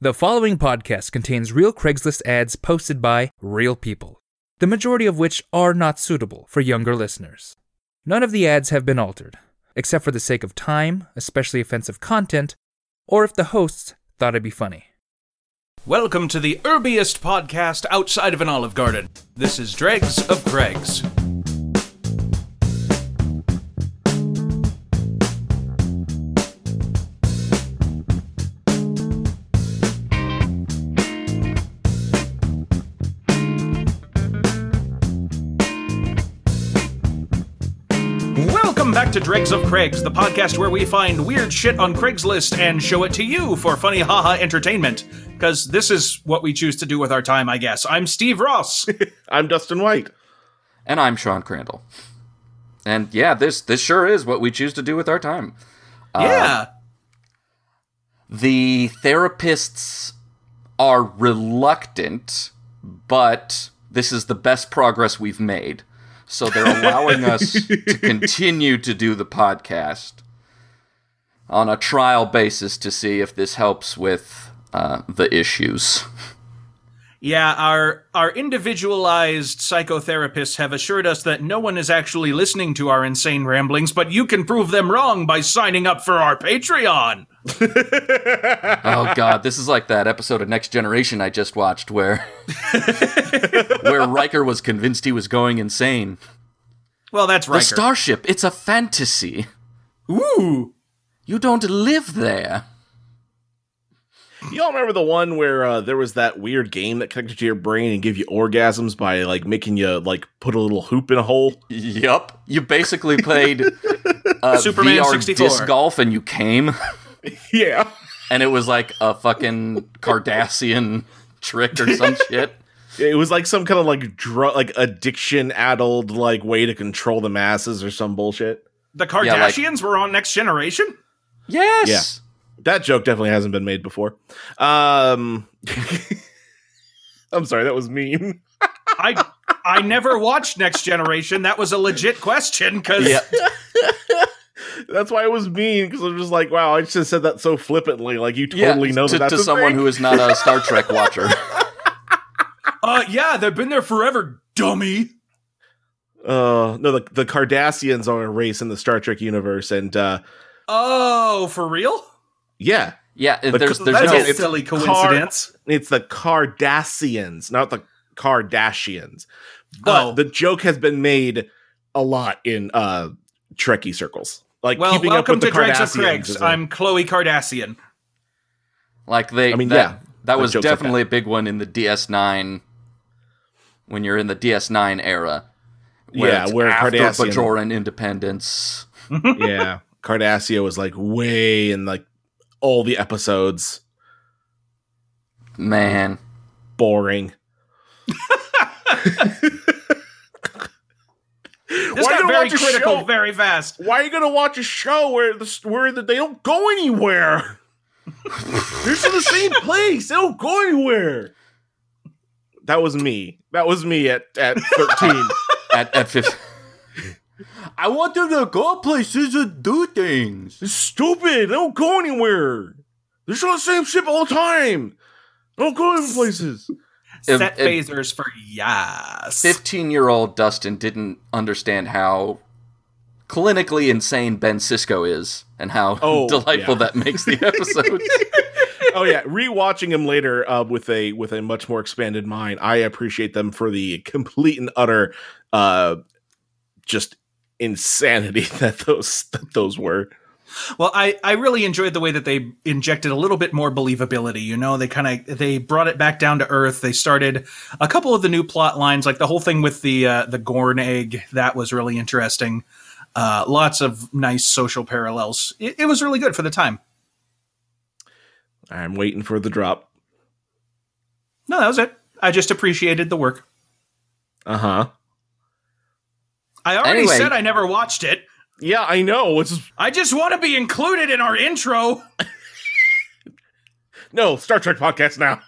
The following podcast contains real Craigslist ads posted by real people, the majority of which are not suitable for younger listeners. None of the ads have been altered, except for the sake of time, especially offensive content, or if the hosts thought it'd be funny. Welcome to the herbiest podcast outside of an olive garden. This is Dregs of Dregs. Welcome back to Dregs of Craigs, the podcast where we find weird shit on Craigslist and show it to you for funny haha entertainment. Because this is what we choose to do with our time, I guess. I'm Steve Ross. I'm Dustin White. And I'm Sean Crandall. And yeah, this this sure is what we choose to do with our time. yeah. The therapists are reluctant, but this is the best progress we've made. So they're allowing us to continue to do the podcast on a trial basis to see if this helps with uh, the issues. Yeah, our our individualized psychotherapists have assured us that no one is actually listening to our insane ramblings, but you can prove them wrong by signing up for our Patreon. Oh god, this is like that episode of Next Generation I just watched where where Riker was convinced he was going insane. Well, that's The right. starship, it's a fantasy. Ooh. You don't live there. Y'all remember the one where uh, there was that weird game that connected to your brain and gave you orgasms by like making you like put a little hoop in a hole? Yup. You basically played uh, Superman VR 64. disc golf and you came, Yeah. and it was like a fucking Cardassian trick or some shit. It was like some kind of like drug like addiction addled like way to control the masses or some bullshit. The Yeah, like- Kardashians were on Next Generation? Yes. That joke definitely hasn't been made before. Um I'm sorry, that was mean. I I never watched Next Generation. That was a legit question because Yeah. That's why it was mean because I'm just like, wow, I just said that so flippantly. Like you Yeah, totally know to, that that's to a someone thing. who is not a Star Trek watcher. uh, yeah, they've been there forever, dummy. Uh, no, the the Cardassians are a race in the Star Trek universe, and uh, Oh, for real? yeah, Yeah, But there's there's c- That's no it's a silly car- coincidence. it's the Cardassians, not the Kardashians. But Oh. the joke has been made a lot in uh Trekkie circles, like well, keeping up welcome with to the Dregs of Kardashians. Craigs. is a- I'm Chloe Kardashian. Like they, I mean, that, yeah, that the was jokes like definitely a big one in the DS9. When you're in the DS9 era, yeah, it's where after Cardassian, Bajoran independence. yeah, Cardassia was like way in like all the episodes, Man, boring. This Why got do I very watch a critical show? very fast. Why are you gonna watch a show where the where the, they don't go anywhere? They're still the same place. They don't go anywhere. That was me. That was me at at thirteen. at at 15. I want them to go places and do things. it's stupid. They don't go anywhere. They're still the same ship all the time. They don't go any places. If- Set if- phasers for yes. Fifteen-year-old Dustin didn't understand how clinically insane Ben Cisco is, and how Oh, delightful yeah. that makes the episode. Oh yeah, rewatching him later uh, with a with a much more expanded mind. I appreciate them for the complete and utter, uh, just insanity that those that those were. Well, I, I really enjoyed the way that they injected a little bit more believability. You know, they kind of they brought it back down to earth. They started a couple of the new plot lines, like the whole thing with the uh, the Gorn egg. That was really interesting. Uh, lots of nice social parallels. It, it was really good for the time. I'm waiting for the drop. No, that was it. I just appreciated the work. Uh huh. I already Anyway. said I never watched it. Yeah, I know. It's I just want to be included in our intro. no Star Trek podcast now.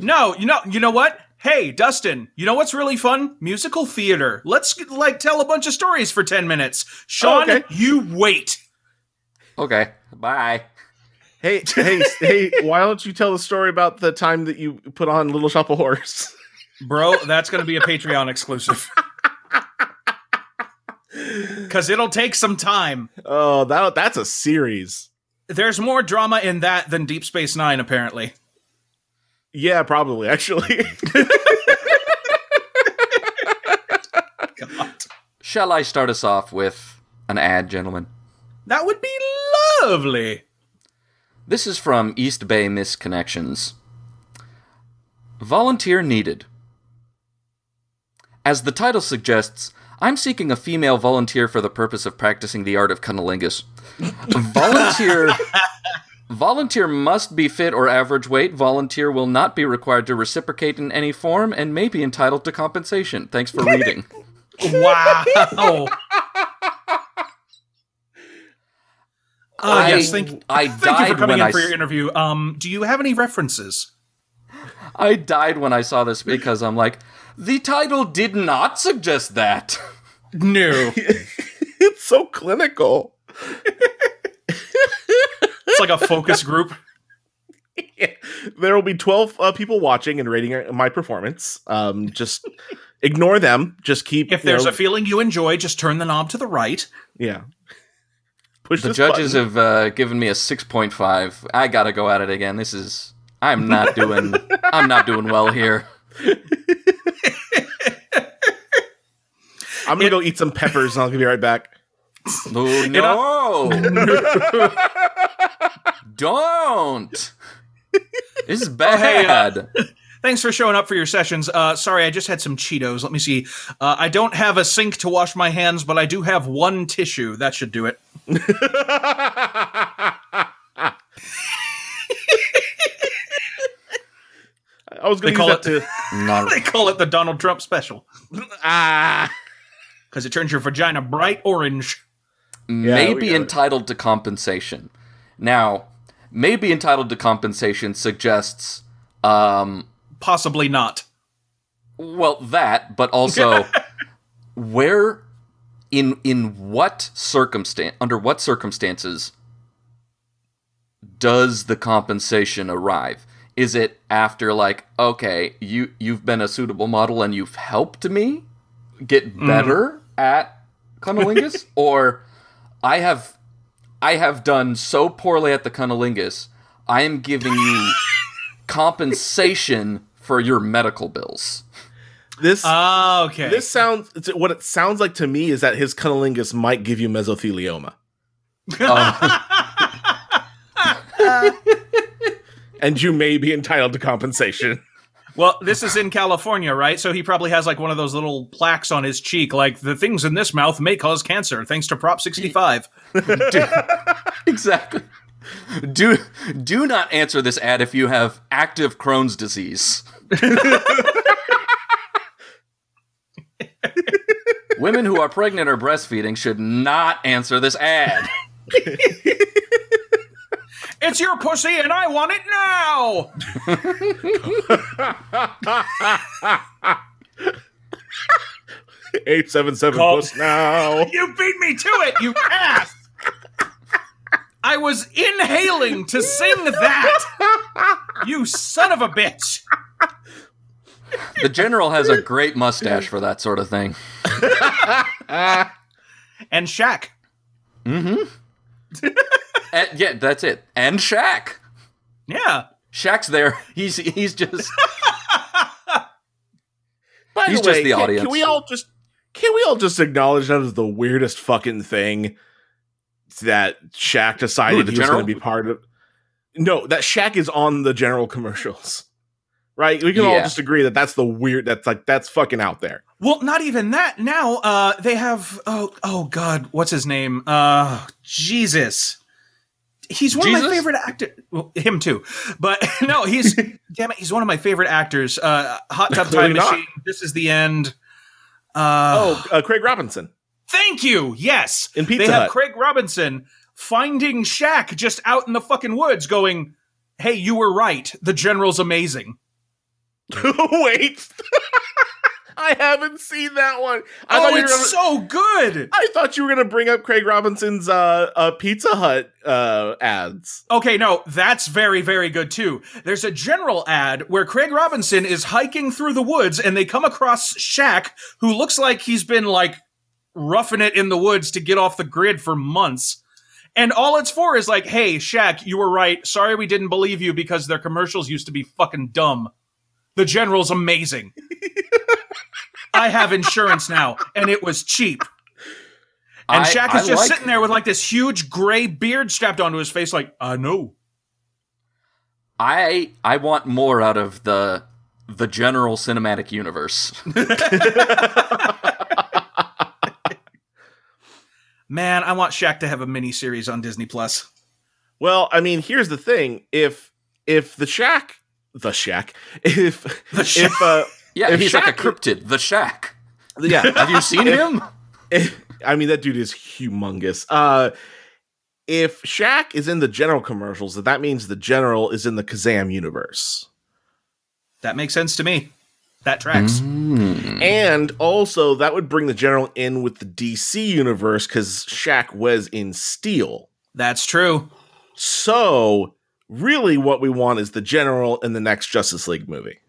No, you know, you know what? Hey, Dustin, you know what's really fun? Musical theater. Let's like tell a bunch of stories for 10 minutes. Sean, okay. you wait. okay, bye. Hey, hey, hey! Why don't you tell the story about the time that you put on Little Shop of Horrors? Bro, that's going to be a Patreon exclusive. Because it'll take some time. Oh, that that's a series. There's more drama in that than Deep Space Nine, apparently. Yeah, probably actually. God. Shall I start us off with an ad, gentlemen? That would be lovely. This is from East Bay Misconnections. Volunteer needed. As the title suggests, I'm seeking a female volunteer for the purpose of practicing the art of cunnilingus. volunteer Volunteer must be fit or average weight. Volunteer will not be required to reciprocate in any form and may be entitled to compensation. Thanks for reading. Wow. Uh, I- Oh, yes, thank, I thank died you for coming when in I for your s- interview. Um, do you have any references? I died when I saw this because I'm like, the title did not suggest that. No. it's so clinical. It's like a focus group. There will be twelve uh, people watching and rating my performance. Um, just ignore them. Just keep If you there's know, a feeling you enjoy, just turn the knob to the right. yeah. Push The this judges button. have uh, given me a 6.5. I gotta go at it again. This is. I'm not doing. I'm not doing well here. I'm gonna go eat some peppers and I'll be right back. Oh, no! Don't. This is hey, uh, bad. Thanks for showing up for your sessions. Uh, sorry, I just had some Cheetos. Let me see. Uh, I don't have a sink to wash my hands, but I do have one tissue. That should do it. I was gonna They call use that it- to Not They call it the Donald Trump special ah. because it turns your vagina bright orange. may we be got it. entitled to compensation. Now, may be entitled to compensation suggests, um, Possibly not. well, that, but also where, in in what circumstance, under what circumstances does the compensation arrive? Is it after like, okay, you you've been a suitable model and you've helped me get better at cunnilingus, or I have I have done so poorly at the cunnilingus, I am giving you compensation for your medical bills. This Ah, okay. this sounds it's- what it sounds like to me is that his cunnilingus might give you mesothelioma, Um, and you may be entitled to compensation. well, this is in California, right? So he probably has like one of those little plaques on his cheek, like the things in this mouth may cause cancer, thanks to Prop 65. exactly. Do do not answer this ad if you have active Crohn's disease. Women who are pregnant or breastfeeding should not answer this ad. It's your pussy, and I want it now. Eight seven seven Call- plus now. You beat me to it, you ass! I was inhaling to sing that! You son of a bitch! The general has a great mustache for that sort of thing. And Shaq. And, yeah, that's it. And Shaq. Yeah. Shaq's there. He's he's just By He's the just way, the can, audience. Can we all just can we all just acknowledge that is the weirdest fucking thing that Shaq decided Who, the he was going to general? be part of? No, that Shaq is on the general commercials, right? We can all Yeah. just agree that that's the weird. That's like that's fucking out there. Well, not even that. Now, uh, they have oh oh god, what's his name? Uh Jesus. He's one of Jesus? my favorite actors. Well, him too. But no, he's damn it, he's one of my favorite actors. Uh Hot Tub Time Clearly not. Machine, This is the End. Uh Oh, uh, Craig Robinson Thank you. Yes. in Pizza they have Hut. Craig Robinson finding Shaq just out in the fucking woods going, Hey, you were right. The general's amazing. Wait, I haven't seen that one. I oh, thought you were it's gonna, so good. I thought you were gonna bring up Craig Robinson's uh, uh Pizza Hut uh ads. Okay, no, that's very, very good too. There's a general ad where Craig Robinson is hiking through the woods and they come across Shaq, who looks like he's been like roughing it in the woods to get off the grid for months. And all it's for is like, hey, Shaq, you were right. Sorry we didn't believe you because their commercials used to be fucking dumb. The general's amazing. I have insurance now, and it was cheap. And I- Shaq I is just like- sitting there with like this huge gray beard strapped onto his face, like, I know. I I want more out of the the general cinematic universe. Man, I want Shaq to have a mini series on Disney Plus. Well, I mean, here's the thing: if if the Shack, the Shack, if The Shaq. if uh, Yeah, If he's like a Shaq- cryptid, the Shack. yeah, Have you seen him? I mean, that dude is humongous. Uh, if Shaq is in the general commercials, then that means the general is in the Kazam universe. That makes sense to me. That tracks. Mm-hmm. Mm. And also, that would bring the general in with the DC universe because Shaq was in Steel. That's true. So, really, what we want is the general in the next Justice League movie.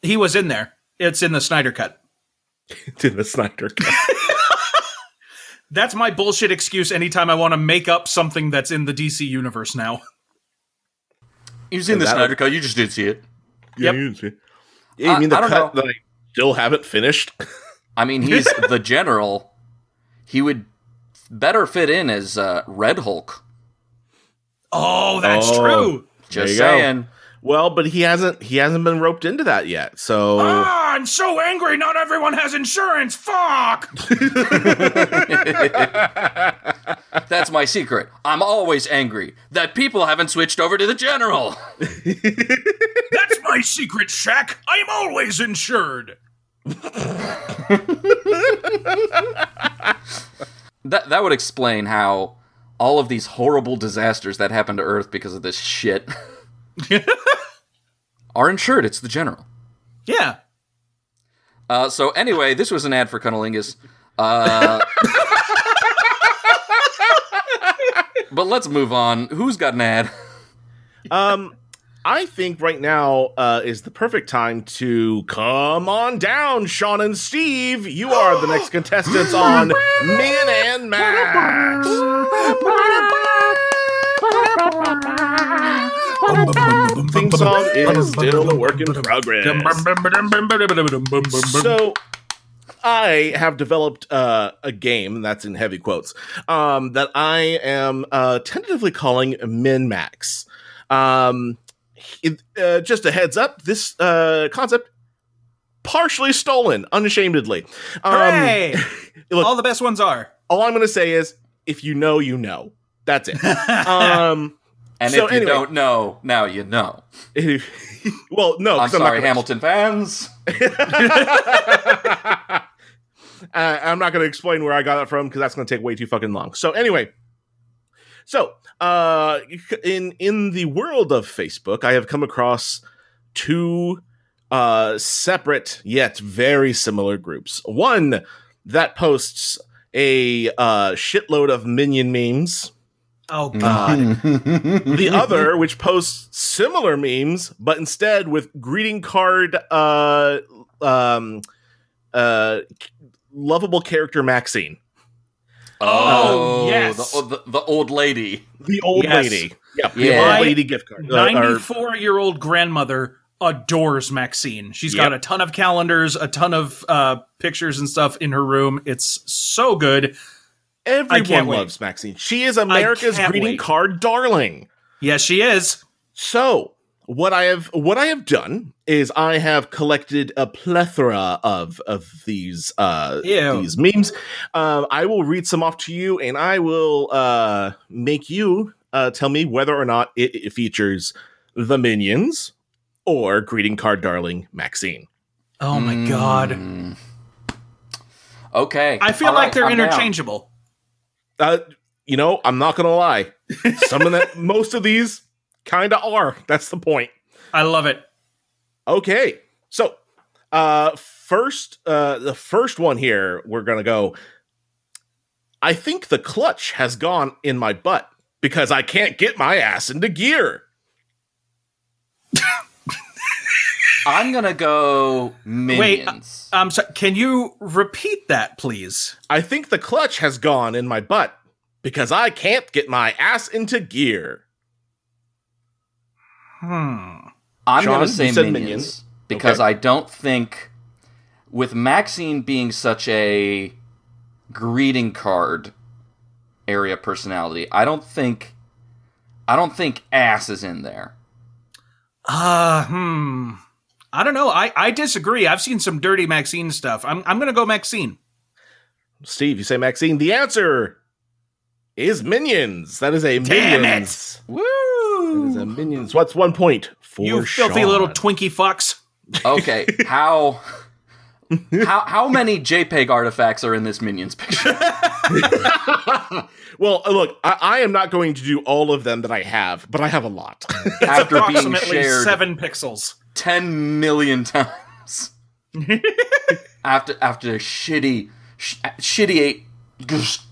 He was in there. It's in the Snyder Cut. to the Snyder Cut. That's my bullshit excuse anytime I want to make up something that's in the DC universe now. He was in the that Snyder Cut. You just didn't see it. Yep. Yeah, you I- mean the Uh, I don't cut know. that I still haven't finished? I mean, he's the general. He would better fit in as uh, Red Hulk. Oh, that's Oh. true. Just you go. saying. Well, but he hasn't he hasn't been roped into that yet. So Ah, I'm so angry. Not everyone has insurance. Fuck. That's my secret. I'm always angry that people haven't switched over to the general. That's my secret, Shaq. I'm always insured. That that would explain how all of these horrible disasters that happened to Earth because of this shit are insured. It's the general. Yeah. Uh, so anyway, this was an ad for Cunnilingus. Uh, but let's move on. Who's got an ad? um I think right now uh, is the perfect time to come on down, Sean and Steve. You are the next contestants on Men and Max. Theme song is still a work in progress. So I have developed uh, a game that's in heavy quotes um, that I am uh, tentatively calling Min Max. Um, it- uh, just a heads up, this uh, concept partially stolen, unashamedly. Um, Hooray! look- All the best ones are. All I'm going to say is, if you know, you know. That's it. um, And So if you anyway- don't know, now you know. well, no, Oh, 'cause I'm not sorry, gonna- Hamilton fans. uh, I'm not going to explain where I got that from because that's going to take way too fucking long. So anyway, so uh, in in the world of Facebook, I have come across two uh, separate yet very similar groups. One that posts a uh, shitload of minion memes. Uh, Oh Mm. God. God. The other, which posts similar memes, but instead with greeting card, uh, um, uh, lovable character Maxine, Oh, yes. the, the, the old lady. the old Oh, Yes. lady. Yep, the Yeah. old lady gift card. Uh, or- 94 year old grandmother adores Maxine. She's got a Yep. ton of calendars, a ton of uh, pictures and stuff in her room. It's so good. I everyone can't wait. loves Maxine. She is America's can't greeting wait. card darling. Yes, she is. So what I have what I have done is I have collected a plethora of of these uh Ew. these memes. Um, I will read some off to you, and I will uh make you uh tell me whether or not it, it features the minions or greeting card darling Maxine. Oh my God. Mm. Okay. I feel All like right, they're I'm down. interchangeable. Uh, you know, I'm not gonna lie. Some of that, most of these, kind of are. That's the point. I love it. Okay. So Uh, first, uh, the first one here, we're gonna go. I think the clutch has gone in my butt because I can't get my ass into gear. I'm gonna go minions. I'm sorry. Um, Can you repeat that, please? I think the clutch has gone in my butt because I can't get my ass into gear. Hmm. I'm Sean, gonna you say said minions, minions. because Okay. I don't think with Maxine being such a greeting card area personality, I don't think I don't think ass is in there. Uh, hmm. I don't know. I, I disagree. I've seen some dirty Maxine stuff. I'm I'm gonna go Maxine. Steve, you say Maxine. The answer is minions. That is a Damn it. minions. That is a Woo! minions. What's one point for You filthy Sean? little Twinkie fox. Okay, how how how many JPEG artifacts are in this minions picture? well, uh, look, I, I am not going to do all of them that I have, but I have a lot. After being Approximately shared seven pixels. 10 million times after after shitty sh- shitty eight just-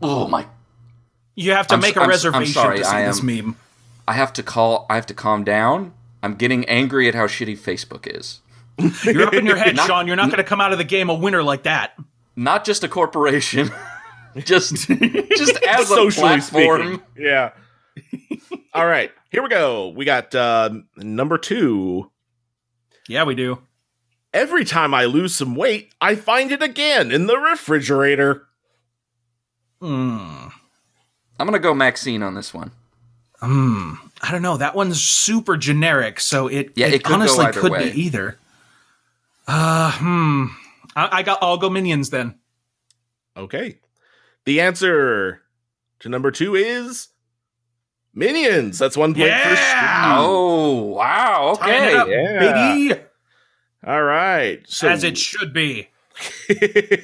oh my You have to I'm make s- a I'm s- I'm reservation sorry, to see I this am- meme. i have to call i have to calm down i'm getting angry at how shitty facebook is You're up in your head, Not- Sean. You're not going to come out of the game a winner like that. not just a corporation just just as a Socially platform speaking. Yeah. all right, here we go. We got uh, number two. Yeah, we do. Every time I lose some weight, I find it again in the refrigerator. Hmm. i'm gonna go maxine on this one Hmm. I don't know. That one's super generic, so it, Yeah, it, it could go honestly either could way. be either. Uh, hmm. I, I got. I'll go minions then. Okay. The answer to number two is minions. That's one point for Yeah! Steve. oh wow Tying it okay up, yeah. Biggie, All right. So as it should be. as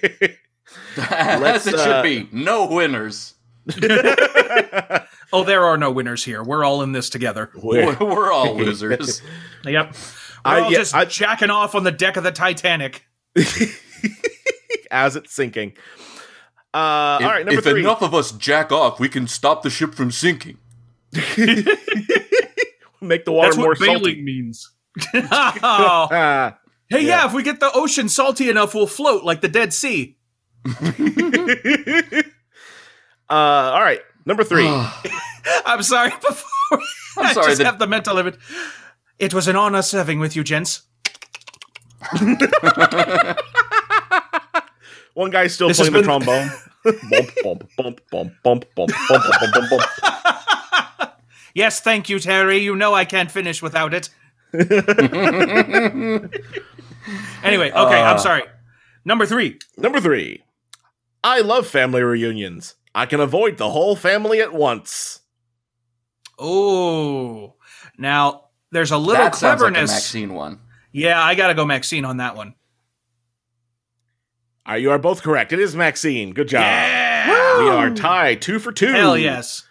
Let's, it uh, should be no winners Oh, there are no winners here. We're all in this together. we're, we're all losers Yep. We're I- all yeah, just I- jacking off on the deck of the Titanic. as it's sinking. Uh, If, all right, number if three. enough of us jack off, we can stop the ship from sinking. Make the water That's more what bailing salty. means. Oh. Ah, Hey, Yeah. yeah. if we get the ocean salty enough, we'll float like the Dead Sea. uh, all right, number three. Ah. I'm sorry. Before I'm I sorry, just the- have the mental image. It was an honor serving with you, gents. One guy's still This has playing the been- trombone. bump, bump, bump, bump, bump, bump, bump, bump, bump, bump. Yes, thank you, Terry. You know I can't finish without it. anyway, okay, Uh. I'm sorry. Number three. Number three. I love family reunions. I can avoid the whole family at once. Oh, now there's a little that sounds like a cleverness. Maxine one. yeah, I gotta go Maxine on that one. Are you are both correct? It is Maxine. Good job. Ah. Yeah, We are tied two for two. hell yes.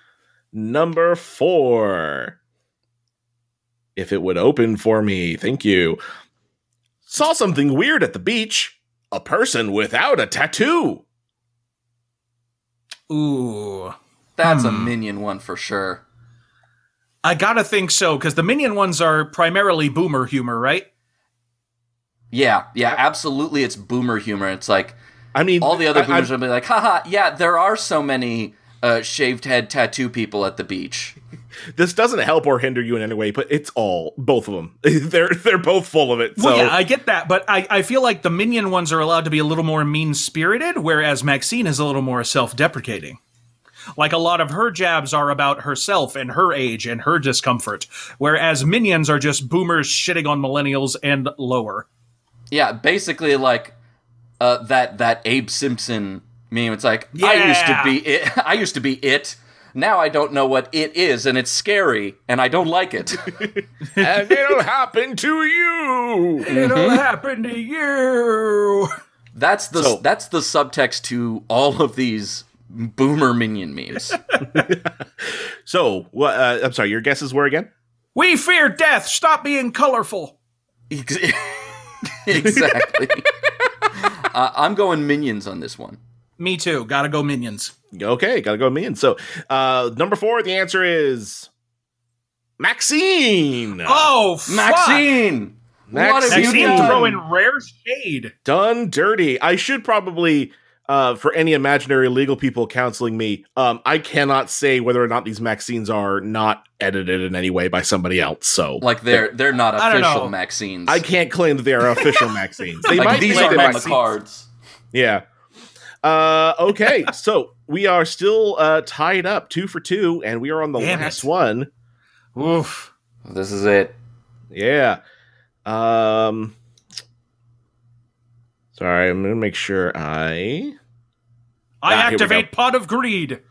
Number four. If it would open for me, thank you. Saw something weird at the beach. A person without a tattoo. Ooh, That's a Hmm. minion one for sure. I gotta think so because the minion ones are primarily boomer humor, right? Yeah, yeah, absolutely. It's boomer humor. It's like I mean, all the other I- I- boomers would be like, haha, yeah, there are so many uh, shaved head tattoo people at the beach. this doesn't help or hinder you in any way, but it's all both of them. they're they're both full of it. So well, yeah, I get that, but I, I feel like the minion ones are allowed to be a little more mean spirited, whereas Maxine is a little more self deprecating. Like a lot of her jabs are about herself and her age and her discomfort, whereas minions are just boomers shitting on millennials and lower. Yeah, basically like uh, that that Abe Simpson meme. It's like I used to Yeah. be it. I used to be it. Now I don't know what it is, and it's scary, and I don't like it. and it'll happen to you. It'll happen to you. That's the So- that's the subtext to all of these boomer minion memes. So, wha- uh, I'm sorry, your guesses were again? We fear death. Stop being colorful. exactly. uh, I'm going minions on this one. Me too. Gotta go minions. Okay, gotta go minions. So uh number four, the answer is Maxine. Oh, Maxine. Maxine. What have Maxine you Maxine done? throwing rare shade. Done dirty. I should probably uh for any imaginary legal people counseling me, um, I cannot say whether or not these Maxines are not edited in any way by somebody else. So Like they're they're not I don't official know. Maxines. I can't claim that they are official Maxines. They like might these be, are they might on the be. cards. Yeah. Uh, okay, so we are still uh, tied up two for two, and we are on the Damn last it. one. Oof. This is it. Yeah. Um. Sorry, I'm gonna make sure I. I Ah, here we activate pot of greed.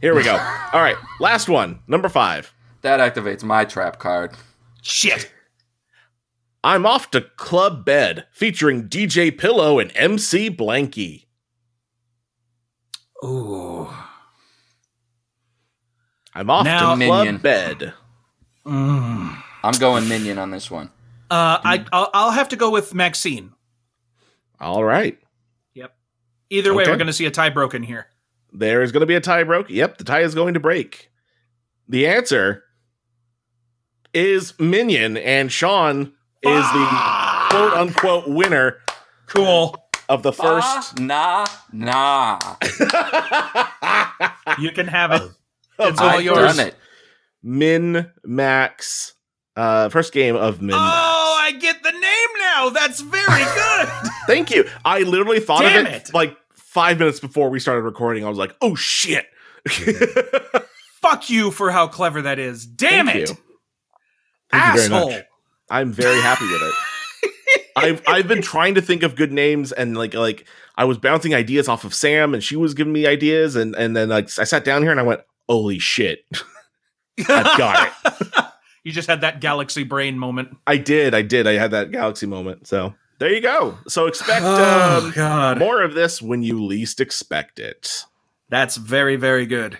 Here we go. All right, last one, number five. That activates my trap card. Shit. I'm off to Club Bed, featuring DJ Pillow and MC Blanky. Ooh. I'm off Now- to Minion. Club Bed. Mm. I'm going minion on this one. Uh, Hmm. I I'll, I'll have to go with Maxine. All right. Either way, Okay. we're going to see a tie broken here. There is going to be a tie broke. Yep, the tie is going to break. The answer is Minion, and Sean is the quote unquote winner Cool. of the first. nah, nah. You can have it. of It's all the I've yours. first done it. Min Max, uh, first game of Min. Oh, I get the name now. That's very good. Thank you. I literally thought Damn of it, it. like five minutes before we started recording. I was like, oh shit. Fuck you for how clever that is. Damn Thank it. you. Thank you very Asshole. much. I'm very happy with it. I've I've been trying to think of good names and like like I was bouncing ideas off of Sam and she was giving me ideas and and then like I sat down here and I went, holy shit, I've got it. You just had that galaxy brain moment. I did, I did. I had that galaxy moment. So there you go. So expect Oh, um, God. more of this when you least expect it. That's very, very good.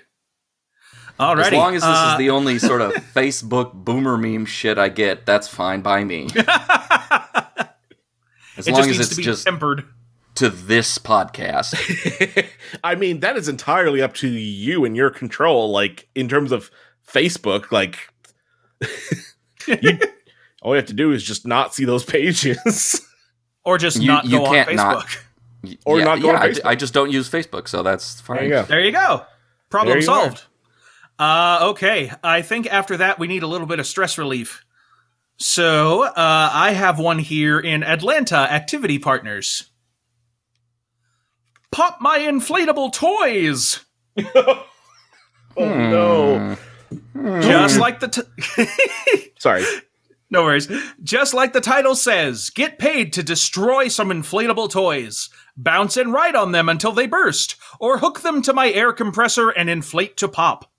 Alrighty. As long as this Uh, is the only sort of Facebook boomer meme shit I get, that's fine by me. As it long just needs as it's to be just tempered. to this podcast. I mean, that is entirely up to you and your control. Like in terms of Facebook, like you, all you have to do is just not see those pages. Or just You- not you go can't on not. Facebook. Y- Or yeah, not go yeah, on I, d- Facebook. I just don't use Facebook, so that's fine. There you go. There you go. Problem There you are. solved. Uh, okay. I think after that, we need a little bit of stress relief. So uh, I have one here in Atlanta Activity Partners. Pop my inflatable toys. Oh no! Hmm. Just like the. T- Sorry. No worries. Just like the title says, get paid to destroy some inflatable toys, bounce and ride on them until they burst, or hook them to my air compressor and inflate to pop.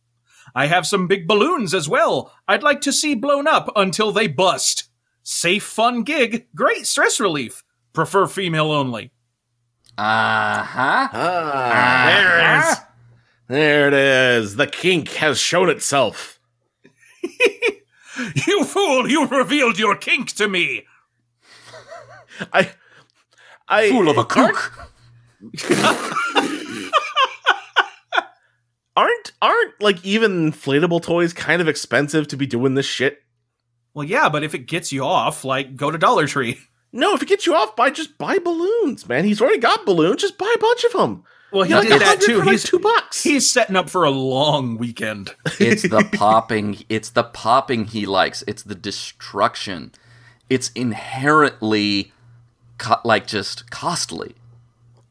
I have some big balloons as well. I'd like to see blown up until they bust. Safe, fun gig, great stress relief. Prefer female only. Uh huh. Ah. Ah, there it is. There it is. The kink has shown itself. You fool! You revealed your kink to me. I, I, Fool of a cook. aren't aren't like even inflatable toys kind of expensive to be doing this shit. Well, yeah, but if it gets you off, like go to Dollar Tree. No, if it gets you off, buy just buy balloons, man. He's already got balloons. Just buy a bunch of them. Well, he You know, did a that hundred too. For like He's two bucks. he's setting up for a long weekend. It's the popping. It's the popping he likes. It's the destruction. It's inherently co- like just costly.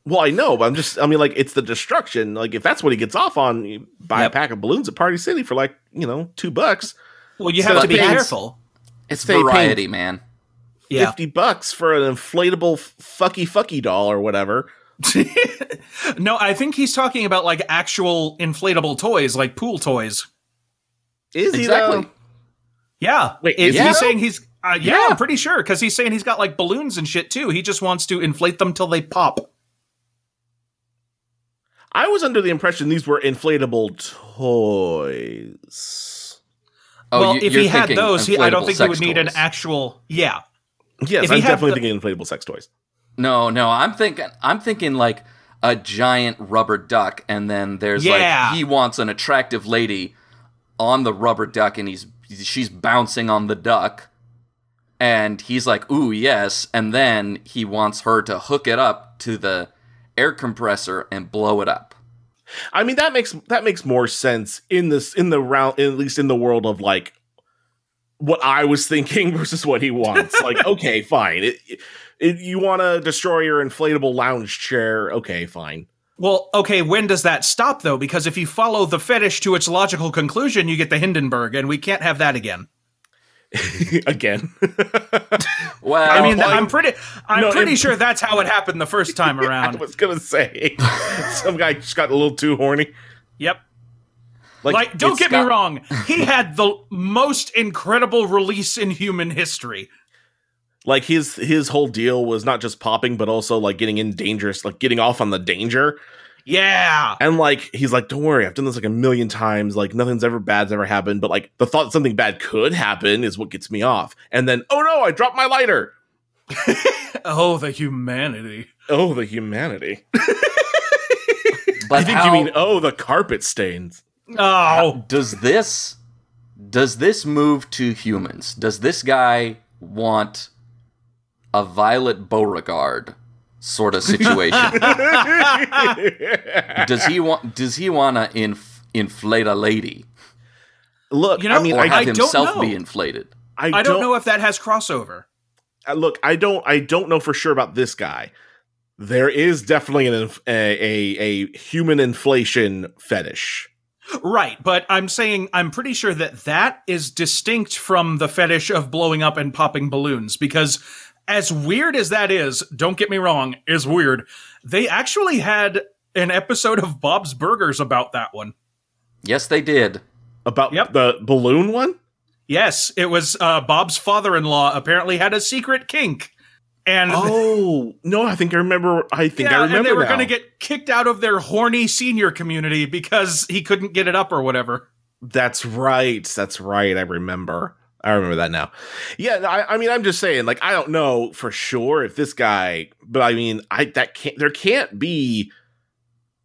well, I know, but I'm just. I mean, like it's the destruction. Like if that's what he gets off on, you buy Yep. a pack of balloons at Party City for like you know two bucks. Well, you So have that to be means- careful. It's Stay pink. variety, man. Yeah. 50 bucks for an inflatable f- fucky fucky doll or whatever. no, I think he's talking about like actual inflatable toys, like pool toys. Is Exactly. Yeah. Wait, Is is he he saying he's? Uh, yeah, Yeah. I'm pretty sure because he's saying he's got like balloons and shit too. He just wants to inflate them till they pop. I was under the impression these were inflatable toys. Oh, well, you- if you're he had thinking Oh, those, he, I don't inflatable think he would sex need an toys. actual. Yeah. Yes, If he I'm had the- definitely thinking inflatable sex toys. No, no, I'm thinking I'm thinking like a giant rubber duck and then there's Yeah. like he wants an attractive lady on the rubber duck and he's she's bouncing on the duck and he's like, "Ooh, yes." And then he wants her to hook it up to the air compressor and blow it up. I mean that makes that makes more sense in this in the round at least in the world of like what I was thinking versus what he wants. like okay, fine. It, it, you want to destroy your inflatable lounge chair? Okay, fine. Well, okay, when does that stop though? Because if you follow the fetish to its logical conclusion, you get the Hindenburg, and we can't have that again. Again, Well, I mean, like- I'm pretty, I'm No, it- pretty sure that's how it happened the first time I around. was gonna say some guy just got a little too horny. Yep. Like, don't it's get got- me wrong, he had the most incredible release in human history. like his his whole deal was not just popping but also like getting in dangerous like getting off on the danger Yeah. and like he's like don't worry i've done this like a million times like nothing's ever bad's ever happened but like the thought that something bad could happen is what gets me off and then oh no i dropped my lighter Oh, the humanity. oh the humanity but i think how- you mean oh the carpet stains Oh, does this does this move to humans? Does this guy want a Violet Beauregard sort of situation? does he want does he want to inf- inflate a lady look You know, i mean or I, have I don't himself be know. inflated? I, I don't don't know if that has crossover. uh, look i don't i don't know for sure about this guy there is definitely an inf- a, a a human inflation fetish Right, but I'm saying I'm pretty sure that that is distinct from the fetish of blowing up and popping balloons because as weird as that is, don't get me wrong, is weird. They actually had an episode of Bob's Burgers about that one. Yes, they did. about Yep. the balloon one Yes, it was uh, Bob's father-in-law apparently had a secret kink. And oh no i think i remember i think i yeah, remember and they were now. going to get kicked out of their horny senior community because he couldn't get it up or whatever. that's right that's right i remember i remember that now yeah no, I, I mean i'm just saying like i don't know for sure if this guy but i mean i that can't there can't be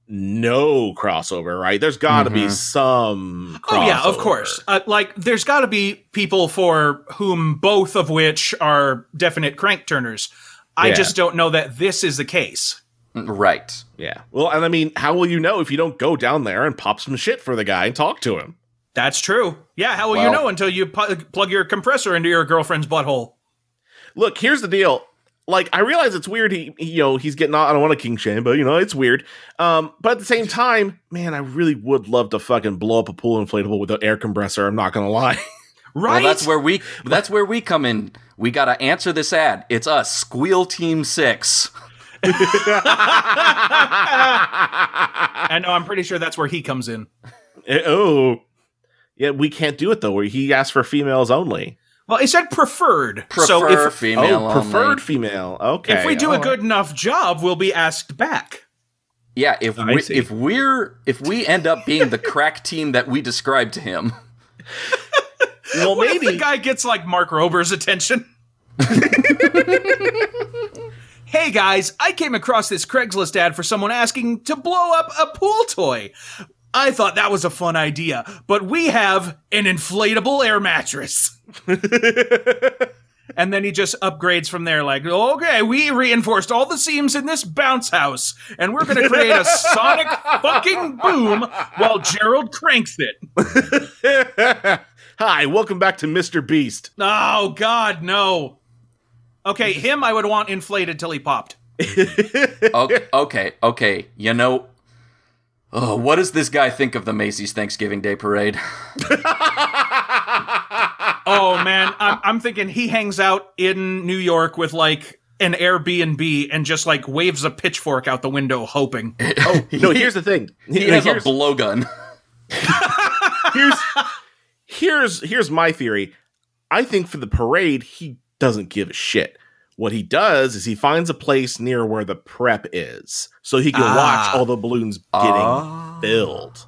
no crossover right there's gotta be Mhm. some Mm-hmm. Oh yeah, of crossover. course. Uh, like, there's got to be people for whom both of which are definite crank turners. I Yeah. just don't know that this is the case. Right. yeah well and i mean how will you know if you don't go down there and pop some shit for the guy and talk to him That's true. Yeah, how will you Well- know until you pu- plug your compressor into your girlfriend's butthole? look, here's the deal. Like, I realize it's weird. He, he- you know, he's getting on. I don't want a king shame, but you know, it's weird. Um, but at the same time, man, I really would love to fucking blow up a pool inflatable with an air compressor. I'm not gonna lie. Right? Well, that's where we that's where we come in. We got to answer this ad. It's us, Squeal Team 6. I know. I'm pretty sure that's where he comes in. Eh, oh, yeah, we can't do it though. Where he asked for females only. Well, he said preferred. Prefer so if female oh, preferred only. female. Okay, if we do a alright. good enough job, we'll be asked back. Yeah, if I we, see. if we're if we end up being the crack team that we described to him, well, What if the maybe. guy gets like Mark Rober's attention? hey guys, I came across this Craigslist ad for someone asking to blow up a pool toy. I thought that was a fun idea, but we have an inflatable air mattress. and then he just upgrades from there like, okay, we reinforced all the seams in this bounce house, and we're going to create a sonic fucking boom while Gerald cranks it. Hi, welcome back to Mr. Beast. Oh God, no. Okay, him I would want inflated till he popped. okay, okay, okay. You know, oh, what does this guy think of the Macy's Thanksgiving Day Parade? Oh man, I'm, I'm thinking he hangs out in New York with like an Airbnb and just like waves a pitchfork out the window, hoping. Oh no, here's the thing. He has a Here's- blowgun. here's here's here's my theory. I think for the parade, he doesn't give a shit. What he does is he finds a place near where the prep is, so he can Ah. watch all the balloons getting Ah. filled.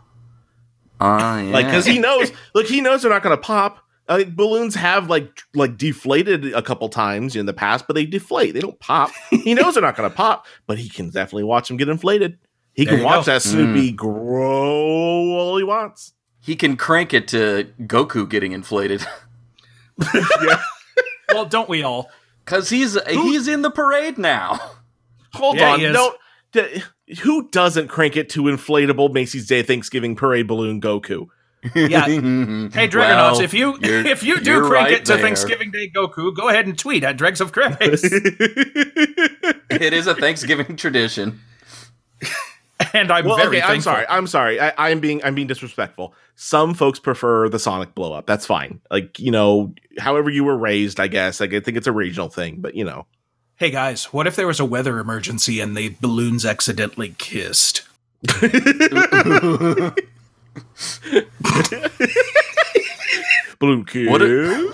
Ah, yeah. Ah, Like, because he knows, look, he knows they're not going to pop I think balloons have like like deflated a couple times in the past, but they deflate. They don't pop. he knows they're not going to pop, but he can definitely watch them get inflated. He There can you watch go. Mm. that Snoopy grow all he wants. He can crank it to Goku getting inflated well, don't we all? because he's he's in the parade now. Hold Yeah, on, he is. don't. d- who doesn't crank it to inflatable Macy's Day Thanksgiving parade balloon Goku? Yeah. Mm-hmm. Hey, Dragonauts, Well, if you you're- if you do you're crank right it to there. Thanksgiving Day Goku, go ahead and tweet at Dregs of Craze. it is a Thanksgiving tradition. and I'm Well, very okay, I'm thankful. sorry. I'm sorry. I, I'm being I'm being disrespectful. Some folks prefer the Sonic blow up. That's fine. Like you know, however you were raised, I guess. Like, I think it's a regional thing, but you know, Hey guys, what if there was a weather emergency and the balloons accidentally kissed? balloon kiss. What a-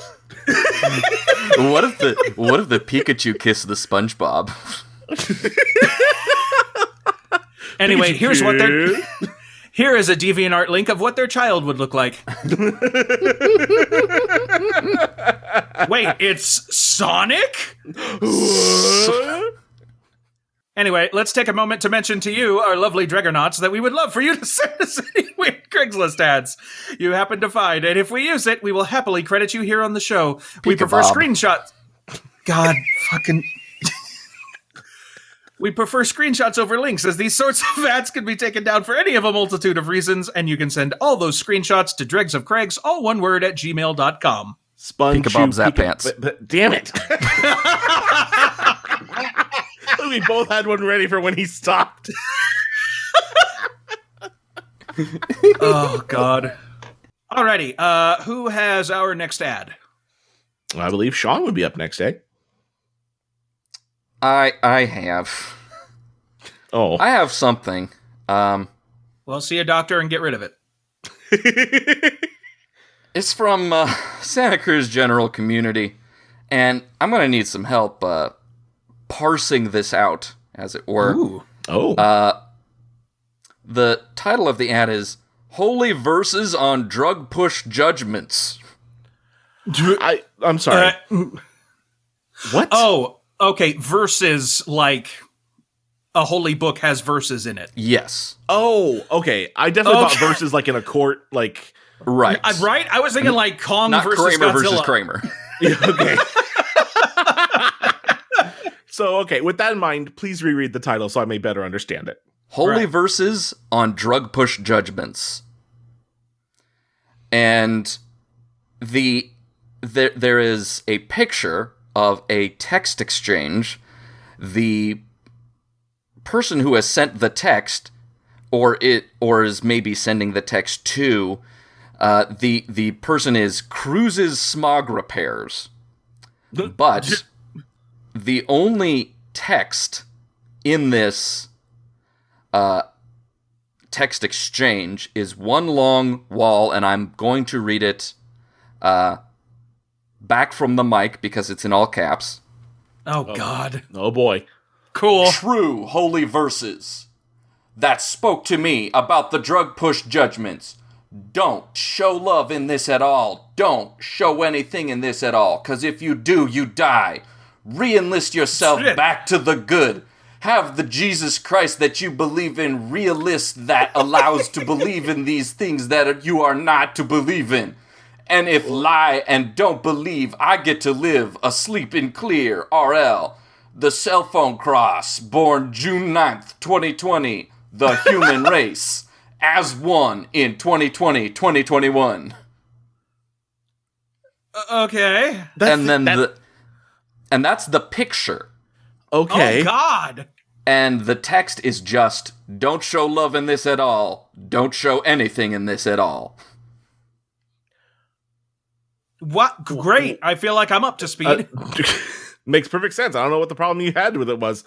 What if the what if the Pikachu kissed the SpongeBob? Anyway, here's what they're Kiss. here is a DeviantArt link of what their child would look like. Wait, it's Sonic? Anyway, let's take a moment to mention to you, our lovely Dregonauts, that we would love for you to send us any weird Craigslist ads you happen to find, and if we use it, we will happily credit you here on the show. we Pika prefer Bob. screenshots. God fucking. we prefer screenshots over links, as these sorts of ads can be taken down for any of a multitude of reasons, and you can send all those screenshots to dregs of Craigs, all one word, at gmail.com. Sponge Pika Bob you Zap Pika- Pants. But, but- damn it. we both had one ready for when he stopped. Oh, God. Alrighty, uh, who has our next ad? I believe Sean would be up next eh? day. I I have Oh. I have something. Um, Well, see a doctor and get rid of it. It's from uh, Santa Cruz General Community, and I'm going to need some help uh, parsing this out, as it were. Uh, Ooh. oh. The title of the ad is Holy Verses on Drug Push Judgments. I I'm sorry. what? oh, okay. Verses like a holy book has verses in it. Yes. Oh, okay. I definitely Okay. thought versus like in a court, like Right. I, Uh, right? I was thinking like Kong Not versus Kramer Godzilla. versus Kramer. okay. so okay, with that in mind, please reread the title so I may better understand it. Holy Right. Verses on Drug Push Judgments. And the there there is a picture of a text exchange. The person who has sent the text or it or is maybe sending the text to uh, the the person is cruises smog repairs. But the only text in this uh, text exchange is one long wall, and I'm going to read it uh, back from the mic because it's in all caps. Oh, God. Oh boy. Cool. True holy verses that spoke to me about the drug push judgments. Don't show love in this at all. Don't show anything in this at all, because if you do, you die. Re enlist yourself Shit. back to the good. Have the Jesus Christ that you believe in realist that allows to believe in these things that you are not to believe in. And if lie and don't believe, I get to live asleep in clear, RL. The cell phone cross, born June 9th, 2020. The human race, as one in 2020, 2021. Okay. That's- and then that- the. And that's the picture. okay. Oh, God. And the text is just don't show love in this at all. Don't show anything in this at all. What? Great. I feel like I'm up Uh, to speed. Makes perfect sense. I don't know what the problem you had with it was.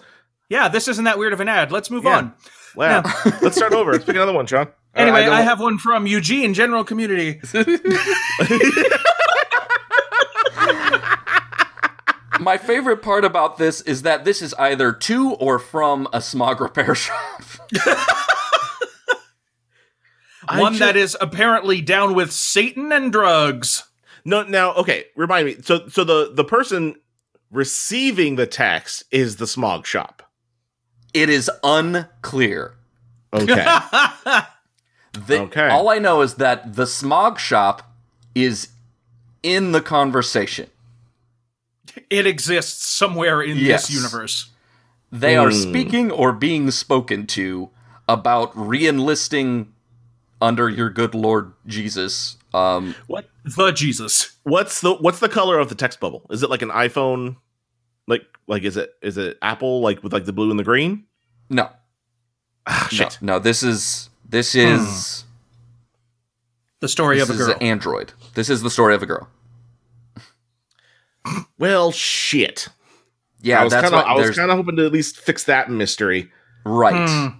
yeah, this isn't that weird of an ad. Let's move Yeah. on. Wow. Let's start over. Let's pick another one, Sean. I- Anyway, don't- I, have one from Eugene General Community. My favorite part about this is that this is either to or from a smog repair shop. I one ju- that is apparently down with Satan and drugs. No, now okay. Remind me. So, so the the person receiving the text is the smog shop. It is unclear. Okay. The, Okay. All I know is that the smog shop is in the conversation. it exists somewhere in Yes. this universe. They are Hmm. speaking or being spoken to about reenlisting under your good Lord Jesus. Um, what The Jesus. what's the what's the color of the text bubble? Is it like an iPhone? Like like is it is it Apple like with like the blue and the green? no, Ah, no, shit. Hmm. no. This is this is The story this of a is girl. Android. This is the story of a girl. Well, shit. Yeah, I was that's kind of what I was there's kind of hoping to at least fix that mystery. right. Hmm.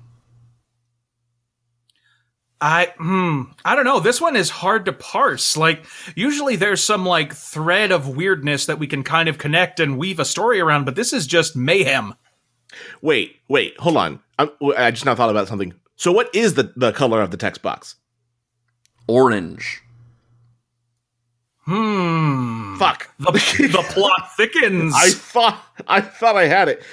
I hmm, I don't know. This one is hard to parse. Like usually there's some like thread of weirdness that we can kind of connect and weave a story around, but this is just mayhem. Wait, wait, hold on. I'm, I just now thought about something. So, what is the the color of the text box? Orange. Hmm. Fuck. The, the plot thickens. I thought I thought I had it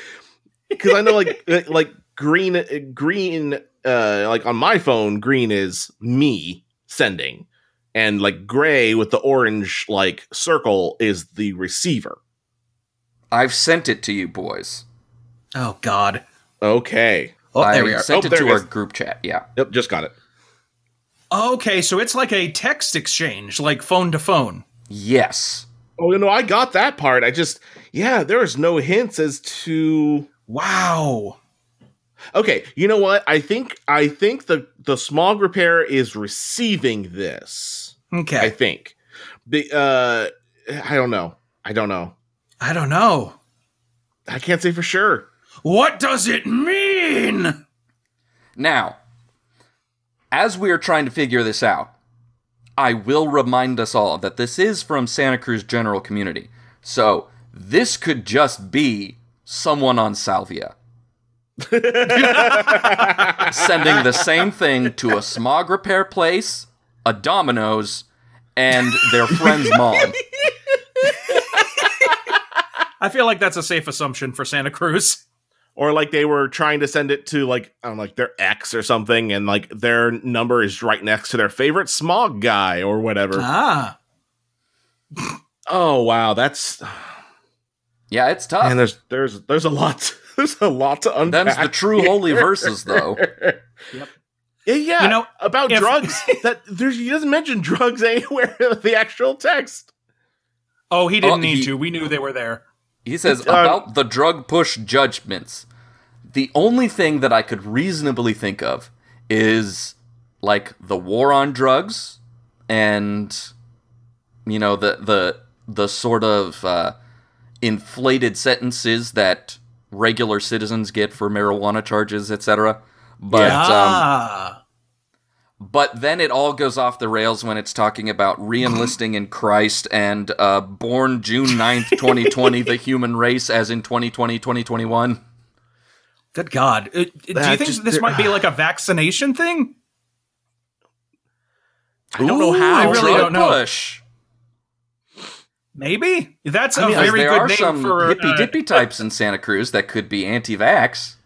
because I know like like- like green uh, green uh like on my phone green is me sending and like gray with the orange like circle is the receiver. I've sent it to you boys. oh God. Okay. Oh, I there we are. sent Oh, it there to it our is. group chat. Yeah. Yep, just got it. Oh, Okay, so it's like a text exchange, like phone to phone. Yes. Oh, you know, I got that part. I just yeah, there is no hints as to Wow. Okay, you know what? I think I think the the smog repair is receiving this. I Okay. think. The uh I don't know. I don't know. I don't know. I can't say for sure. What does it mean? Now, as we are trying to figure this out, I will remind us all that this is from Santa Cruz General Community. So this could just be someone on Salvia sending the same thing to a smog repair place, a Domino's, and their friend's mom. I feel like that's a safe assumption for Santa Cruz. Or like they were trying to send it to like I don't know, like their ex or something, and like their number is right next to their favorite smog guy or whatever. Ah. oh wow, that's Yeah, it's tough. and there's there's there's a lot there's a lot to unpack. Them's the true holy verses, though. Yeah, yeah, You know, about if- drugs that there's he doesn't mention drugs anywhere in the actual text. Oh, he didn't Oh, need he- to. We knew they were there. He says Um, about the drug push judgments. The only thing that I could reasonably think of is like the war on drugs and you know the the the sort of uh, inflated sentences that regular citizens get for marijuana charges, etc. But um, ah. but then it all goes off the rails when it's talking about reenlisting in Christ and uh, born June 9th, 2020, the human race as in 2020, 2021. Good God. Uh, do you That think just- this might be like a vaccination thing? I don't Ooh, know how. I really drug don't know. Push. Maybe. That's a Yeah, very there good are name some for hippy uh, dippy types in Santa Cruz that could be anti vax.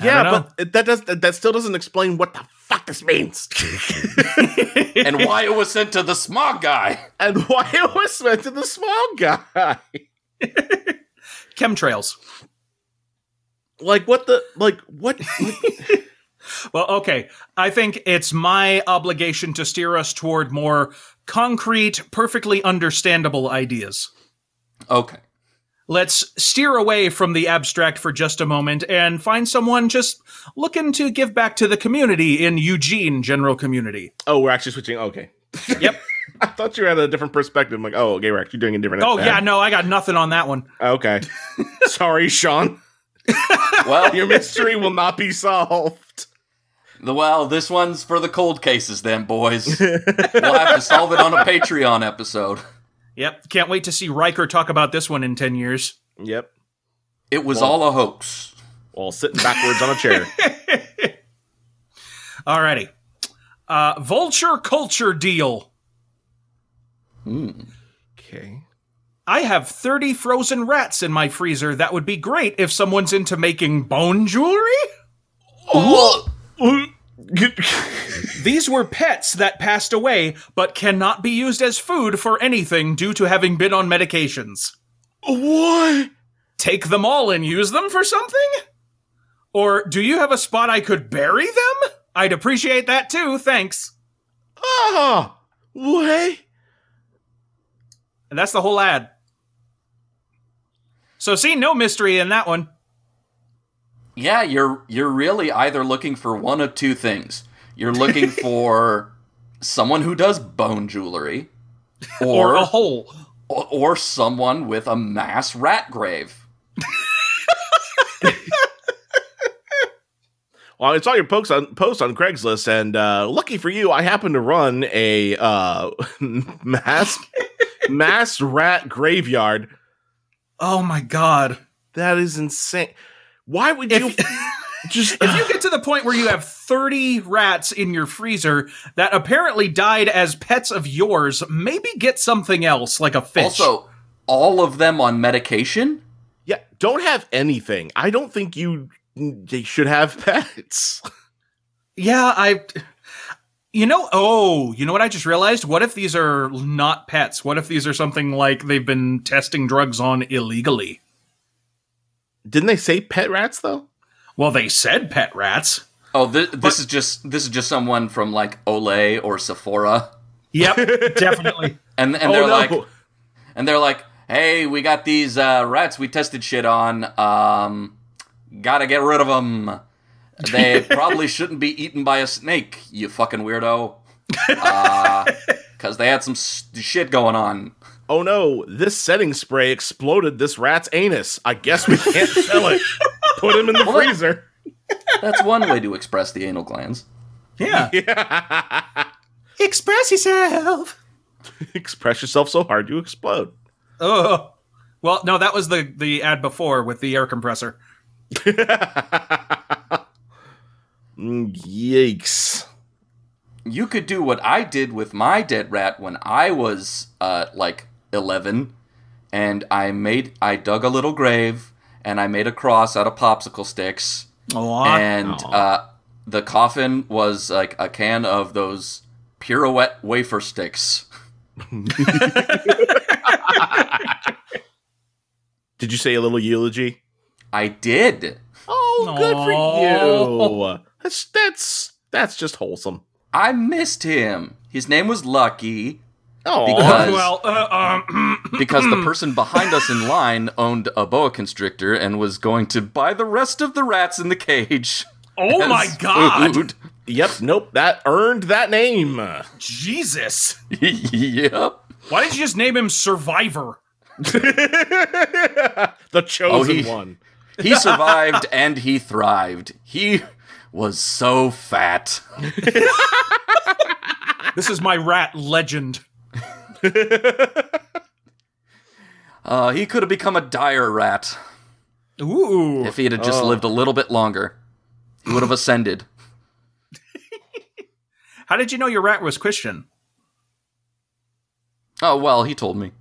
yeah, don't know. but that does that, that still doesn't explain what the fuck this means and why it was sent to the smog guy. and why it was meant to the smog guy. chemtrails. Like what the like what? what- Well, okay. I think it's my obligation to steer us toward more concrete, perfectly understandable ideas. Okay. Let's steer away from the abstract for just a moment and find someone just looking to give back to the community in Eugene General Community. oh, we're actually switching. Okay, Yep. I thought you had a different perspective. I'm like, oh, okay, we're actually doing a different. Oh, yeah, no, I got nothing on that one. Okay. Sorry, Sean. Well, Your mystery will not be solved. the- well, this one's for the cold cases, then, boys. we'll have to solve it on a Patreon episode. Yep. Can't wait to see Riker talk about this one in 10 years. Yep. It was all a hoax. While sitting backwards on a chair. Alrighty. Uh, vulture culture deal. Okay. I have 30 frozen rats in my freezer. That would be great if someone's into making bone jewelry. These were pets that passed away, but cannot be used as food for anything due to having been on medications. what? Take them all and use them for something? Or do you have a spot I could bury them? I'd appreciate that too, thanks. Ah, what? And that's the whole ad. So, see, no mystery in that one. Yeah, you're you're really either looking for one of two things. You're looking for someone who does bone jewelry Or, or a hole. or, someone with a mass rat grave. Well, I saw your post on post on Craigslist, and uh, lucky for you, I happened to run a uh, mass mass rat graveyard. Oh my god. That is insane. Why would If- you just? If you get to the point where you have 30 rats in your freezer that apparently died as pets of yours, maybe get something else like a fish. Also, all of them on medication? yeah, don't have anything. I don't think you they should have pets. yeah, I you know, oh, you know what I just realized? What if these are not pets? What if these are something like they've been testing drugs on illegally? Didn't they say pet rats though? Well, they said pet rats. Oh, thi- this is just this is just someone from like Olay or Sephora, Yep, definitely. and and they're like and they're like, "Hey, we got these uh, rats we tested shit on. Um, gotta get rid of them. They probably shouldn't be eaten by a snake, you fucking weirdo, because they had some s- shit going on." oh no, this setting spray exploded this rat's anus. I guess we can't sell it. Put him in the freezer. That's one way to express the anal glands. Yeah. Express yourself. Express yourself so hard you explode. Oh. Well, no, that was the the ad before with the air compressor. Mm, Yikes. You could do what I did with my dead rat when I was uh, like eleven, and I made I dug a little grave and I made a cross out of popsicle sticks. Oh, and uh, the coffin was like a can of those pirouette wafer sticks. Did you say a little eulogy? I did. Oh, good for Aw. you. That's that's that's just wholesome. I missed him. His name was Lucky Oh, Because- well, uh, um, because the person behind us in line owned a boa constrictor and was going to buy the rest of the rats in the cage. oh my as god, food. yep, nope, that earned that name. Jesus! yep. Why did you just name him Survivor? the chosen Oh, he- one. He survived and he thrived. He was so fat. This is my rat legend. Uh, he could have become a dire rat. Ooh, If he had just lived a little bit longer, he would have ascended. how did you know your rat was Christian? Oh well, he told me.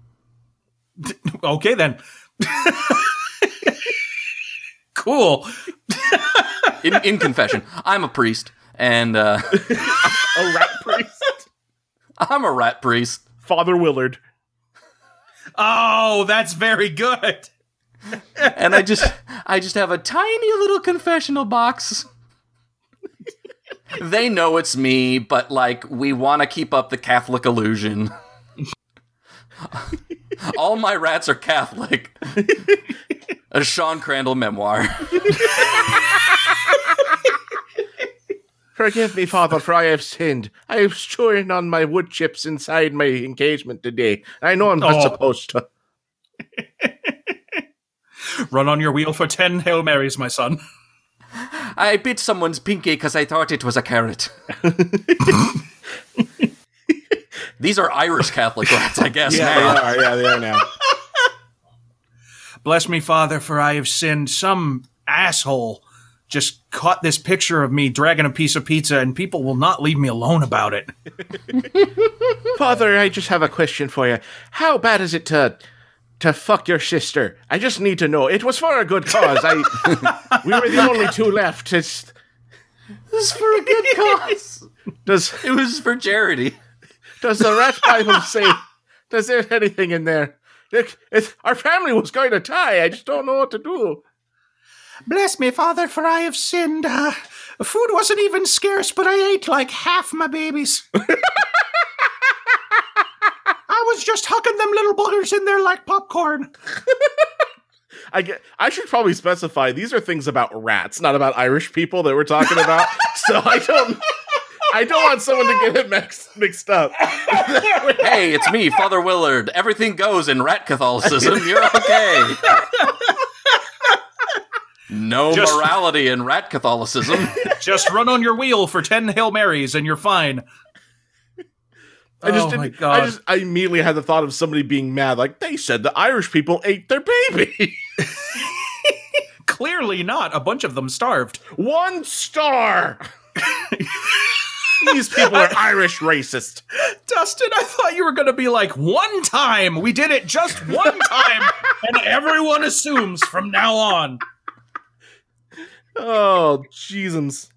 Okay, then. cool. In, in confession, I'm a priest, and uh, A rat priest. I'm a rat priest. Father Willard. Oh, that's very good. And I just, I just have a tiny little confessional box. They know it's me, but like we want to keep up the Catholic illusion. All my rats are Catholic. a Sean Crandall memoir. Forgive me, Father, for I have sinned. I have chewing on my wood chips inside my engagement today. I know I'm not Oh. supposed to. Run on your wheel for ten hail marys, my son. I bit someone's pinky because I thought it was a carrot. These are Irish Catholic rats, I guess. now. are. Yeah, they are now. Bless me, Father, for I have sinned. Some asshole just caught this picture of me dragging a piece of pizza, and people will not leave me alone about it. Father, I just have a question for you. How bad is it to to fuck your sister? I just need to know. It was for a good cause. I we were the only two left. It's This is for a good cause. does it was for charity. does the rat Bible say? Does there anything in there? It, it, our family was going to die. I just don't know what to do. Bless me, Father, for I have sinned. Uh, food wasn't even scarce, but I ate like half my babies. I was just hucking them little boogers in there like popcorn. I get, I should probably specify these are things about rats, not about Irish people that we're talking about. so I don't I don't want someone to get it mixed mixed up. Hey, it's me, Father Willard. Everything goes in rat Catholicism. You're okay. No Just- morality in rat Catholicism. Just run on your wheel for 10 Hail Marys and you're fine. I just oh my didn't, god. I just I immediately had the thought of somebody being mad, like they said the Irish people ate their baby. Clearly not. A bunch of them starved. One star. These people are Irish racist. Dustin, I thought you were going to be like, one time. We did it just one time. and everyone assumes from now on. Oh, jeezums.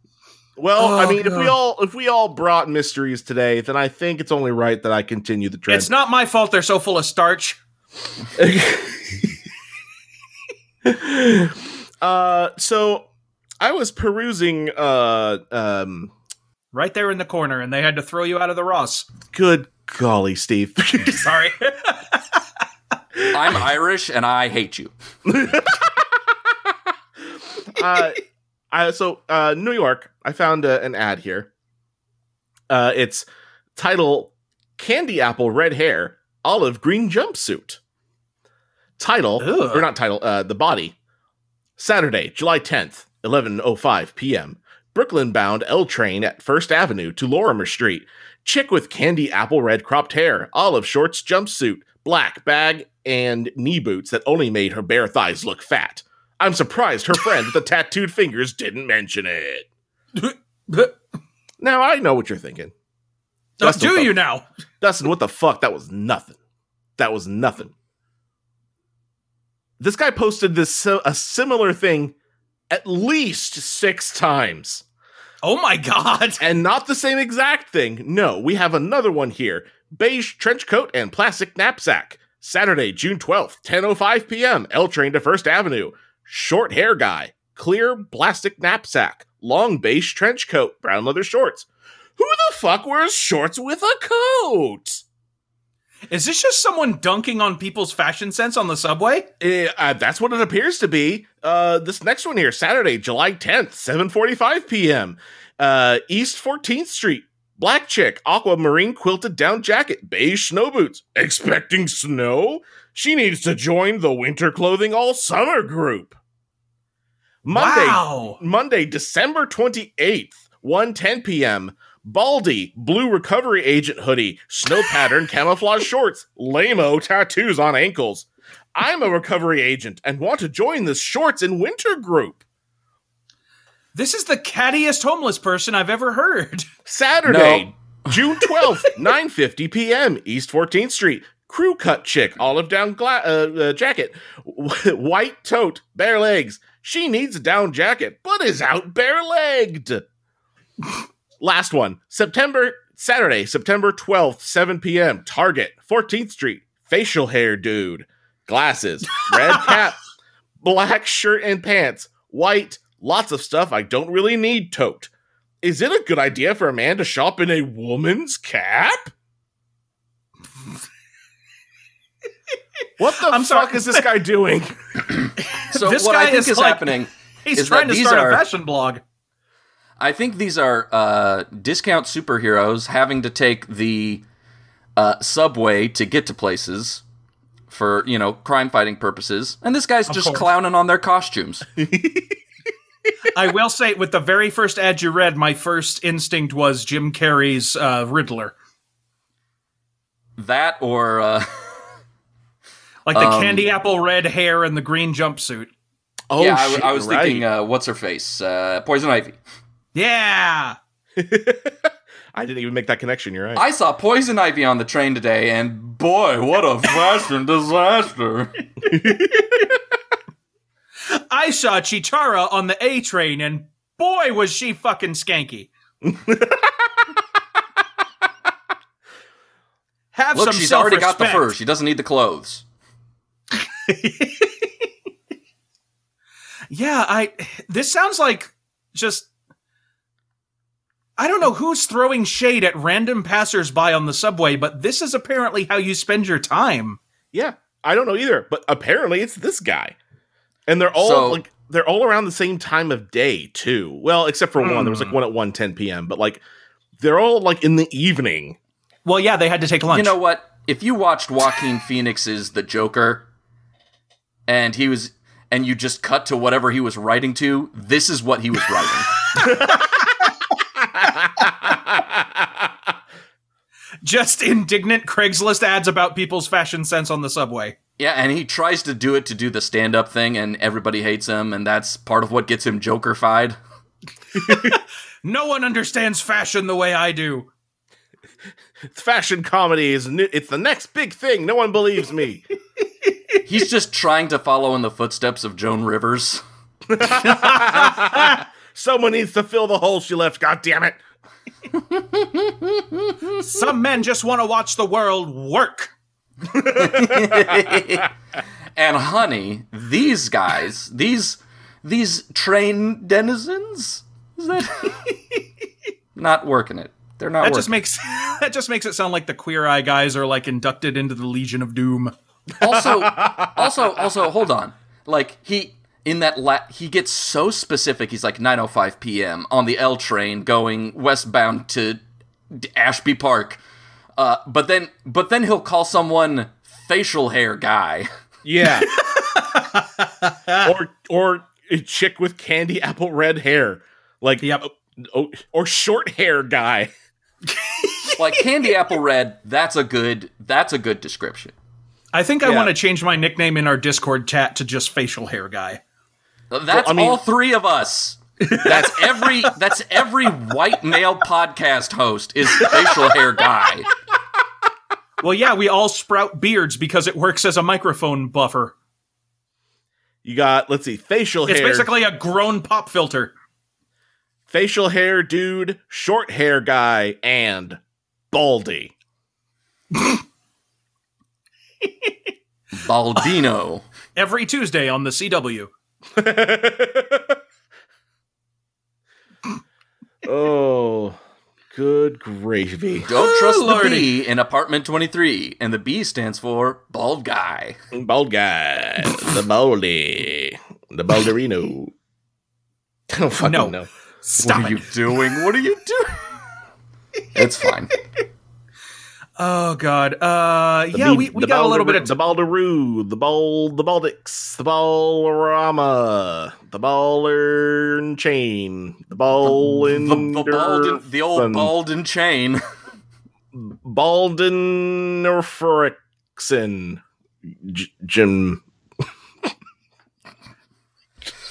Well, I Oh, mean, if we God. all if we all brought mysteries today, then I think it's only right that I continue the trend. It's not my fault they're so full of starch. uh, so I was perusing. Uh, um, Right there in the corner, and they had to throw you out of the Ross. good golly, Steve. Sorry. I'm Irish and I hate you. uh, I, so uh, New York, I found uh, an ad here. Uh, it's title: Candy Apple Red Hair, Olive Green Jumpsuit. Title Ugh. or not title? Uh, the body. Saturday, July tenth, eleven oh five p.m. Brooklyn bound L train at First Avenue to Lorimer Street. Chick with candy apple red cropped hair, olive shorts, jumpsuit, black bag, and knee boots that only made her bare thighs look fat. I'm surprised her friend with the tattooed fingers didn't mention it. Now I know what you're thinking. That's do what the- you now? Dustin, what the fuck? That was nothing. That was nothing. This guy posted this si- a similar thing at least 6 times. Oh my god. And not the same exact thing. No, we have another one here. Beige trench coat and plastic knapsack. Saturday, June oh 12th, 10:05 p.m. L train to First Avenue. Short hair guy, clear plastic knapsack, long beige trench coat, brown leather shorts. Who the fuck wears shorts with a coat? Is this just someone dunking on people's fashion sense on the subway? Eh, uh, that's what it appears to be. Uh, this next one here, Saturday, July 10th, 7:45 p.m. Uh, East 14th Street. Black chick, aquamarine quilted down jacket, beige snow boots. Expecting snow? She needs to join the winter clothing all summer group. Monday, Wow. Monday, December 28th, 1:10 p.m. Baldy, blue recovery agent hoodie, snow pattern camouflage shorts, lame-o tattoos on ankles. I'm a recovery agent and want to join this shorts and winter group. This is the cattiest homeless person I've ever heard. Saturday, June 12th, 9:50 p.m. East 14th Street. Crew cut chick, olive down gla- uh, uh, jacket, white tote, bare legs. She needs a down jacket, but is out bare legged. Last one, September Saturday, September 12th, 7 p.m. Target, 14th Street. Facial hair dude, glasses, red cap, black shirt and pants, white, lots of stuff I don't really need tote. Is it a good idea for a man to shop in a woman's cap? what the I'm sorry. fuck is this guy doing? So This what guy I think is is, like- happening He's Is that trying to these start are- a fashion blog. I think these are uh, discount superheroes having to take the uh, subway to get to places for you know crime fighting purposes, and this guy's just course. clowning on their costumes. I will say, with the very first ad you read, my first instinct was Jim Carrey's uh, Riddler, that or uh, like the Um, candy apple red hair and the green jumpsuit. Oh, yeah, I, shit, I was you're right. thinking, uh, what's her face? Uh, Poison Ivy. Yeah. uh, I didn't even make that connection. You're right. I saw Poison Ivy on the train today, and boy, what a fashion disaster! I saw Chitara on the A train, and boy, was she fucking skanky. Have Look, some she's already got the fur. self-respect. She doesn't need the clothes. Yeah, I. This sounds like just. I don't know who's throwing shade at random passersby on the subway, but this is apparently how you spend your time. yeah, I don't know either, but apparently it's this guy, and they're all So- like they're all around the same time of day too. Well, except for one. There was like Hmm. one at 1:10 p.m. But like they're all like in the evening. Well, yeah, they had to take lunch. You know what? If you watched Joaquin Phoenix's The Joker, and he was, and you just cut to whatever he was writing to, this is what he was writing. just indignant Craigslist ads about people's fashion sense on the subway. yeah, and he tries to do it to do the stand-up thing, and everybody hates him, and that's part of what gets him Jokerfied. No one understands fashion the way I do. Fashion comedy is new. It's the next big thing. No one believes me. He's just trying to follow in the footsteps of Joan Rivers. Someone needs to fill the hole she left. God damn it. Some men just want to watch the world work. and honey, these guys, these these train denizens, is that not working it? They're not That working. just makes that just makes it sound like the queer eye guys are like inducted into the Legion of Doom. also, also, also, hold on. Like he in that la- he gets so specific. He's like 9:05 p.m. on the L train going westbound to D- Ashby Park. Uh, but then, but then he'll call someone facial hair guy. Yeah. or or a chick with candy apple red hair. Like Yep. oh, or short hair guy. like candy apple red. That's a good. That's a good description. I think I Yeah. want to change my nickname in our Discord chat to just facial hair guy. That's I mean- all three of us. That's every that's every white male podcast host is facial hair guy. Well, yeah, we all sprout beards because it works as a microphone buffer. You got let's see, facial It's hair. basically a grown pop filter. facial hair dude, short hair guy, and baldy. Baldino. Every Tuesday on the CW. oh, good gravy. Don't trust Lordy. the B in apartment 23 and the B stands for bald guy. Bald guy. the baldy. The balderino. I don't fucking No. know. Stop what it. are you doing? What are you doing? it's fine. Oh God. Uh, yeah, The- we, we the got a little Balder- bit of the Baldaroo, the Bald, the Baldix, the Ballarama, the Baller and Chain, the Ball The, the, bald and, the old bald and chain. Baldenerfrixen J- Jim.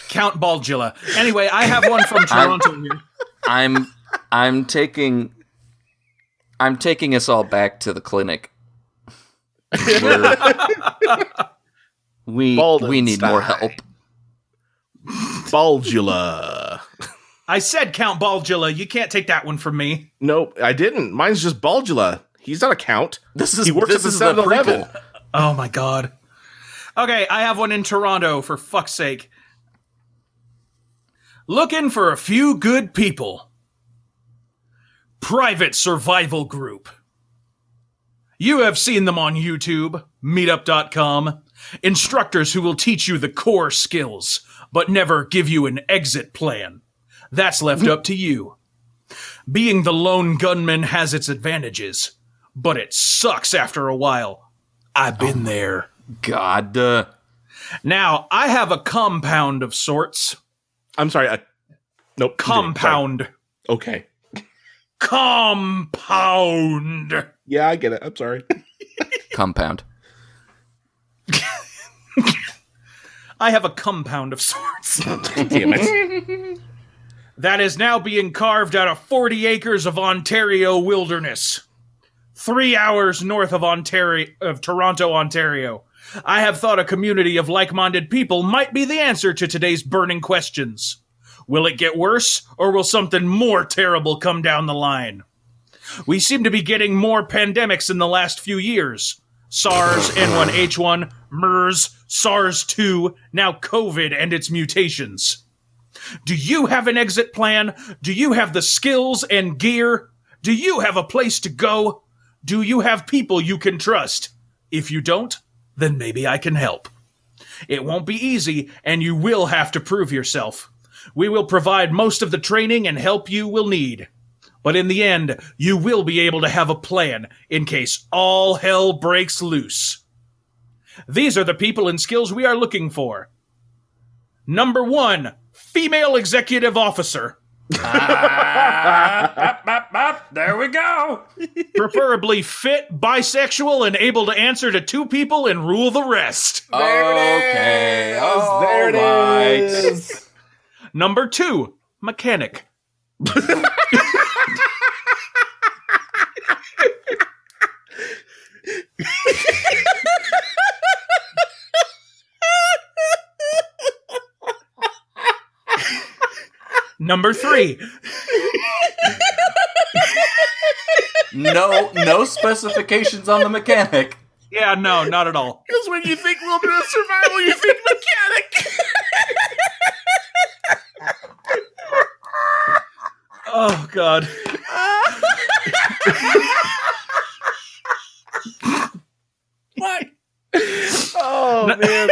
Count Baldgilla. Anyway, I have one from Toronto. here. I'm I'm taking I'm taking us all back to the clinic. We're- we we need more help. Baldenstein. Baldula. I said Count Baldgilla. You can't take that one from me. nope, I didn't. Mine's just Baldula. He's not a count. This is He works this at the is the 7-Eleven. prequel. Oh my God. Okay, I have one in Toronto. For fuck's sake. Looking for a few good people. Private Survival Group. You have seen them on YouTube, meetup.com. Instructors who will teach you the core skills, but never give you an exit plan. That's left up to you. Being the lone gunman has its advantages, but it sucks after a while. I've been there. God, uh, Oh. Now, I have a compound of sorts. I'm sorry. I, nope. continue. Sorry. Compound. Okay. Compound. Yeah, I get it. I'm sorry. compound. I have a compound of sorts Damn it. that is now being carved out of 40 acres of Ontario wilderness, three hours north of Ontario of Toronto, Ontario. I have thought a community of like-minded people might be the answer to today's burning questions. Will it get worse, or will something more terrible come down the line? We seem to be getting more pandemics in the last few years. SARS, N1H1, MERS, SARS2, now COVID and its mutations. Do you have an exit plan? Do you have the skills and gear? Do you have a place to go? Do you have people you can trust? If you don't, then maybe I can help. It won't be easy, and you will have to prove yourself. We will provide most of the training and help you will need. But in the end, you will be able to have a plan in case all hell breaks loose. These are the people and skills we are looking for. Number one, female executive officer, Ah, There we go. preferably fit, bisexual, and able to answer to two people and rule the rest. okay. Oh, There it is. Number two, mechanic. Number three, No, no specifications on the mechanic. yeah, no, not at all. Because when you think wilderness survival, you think mechanic. Oh God. What? Oh man.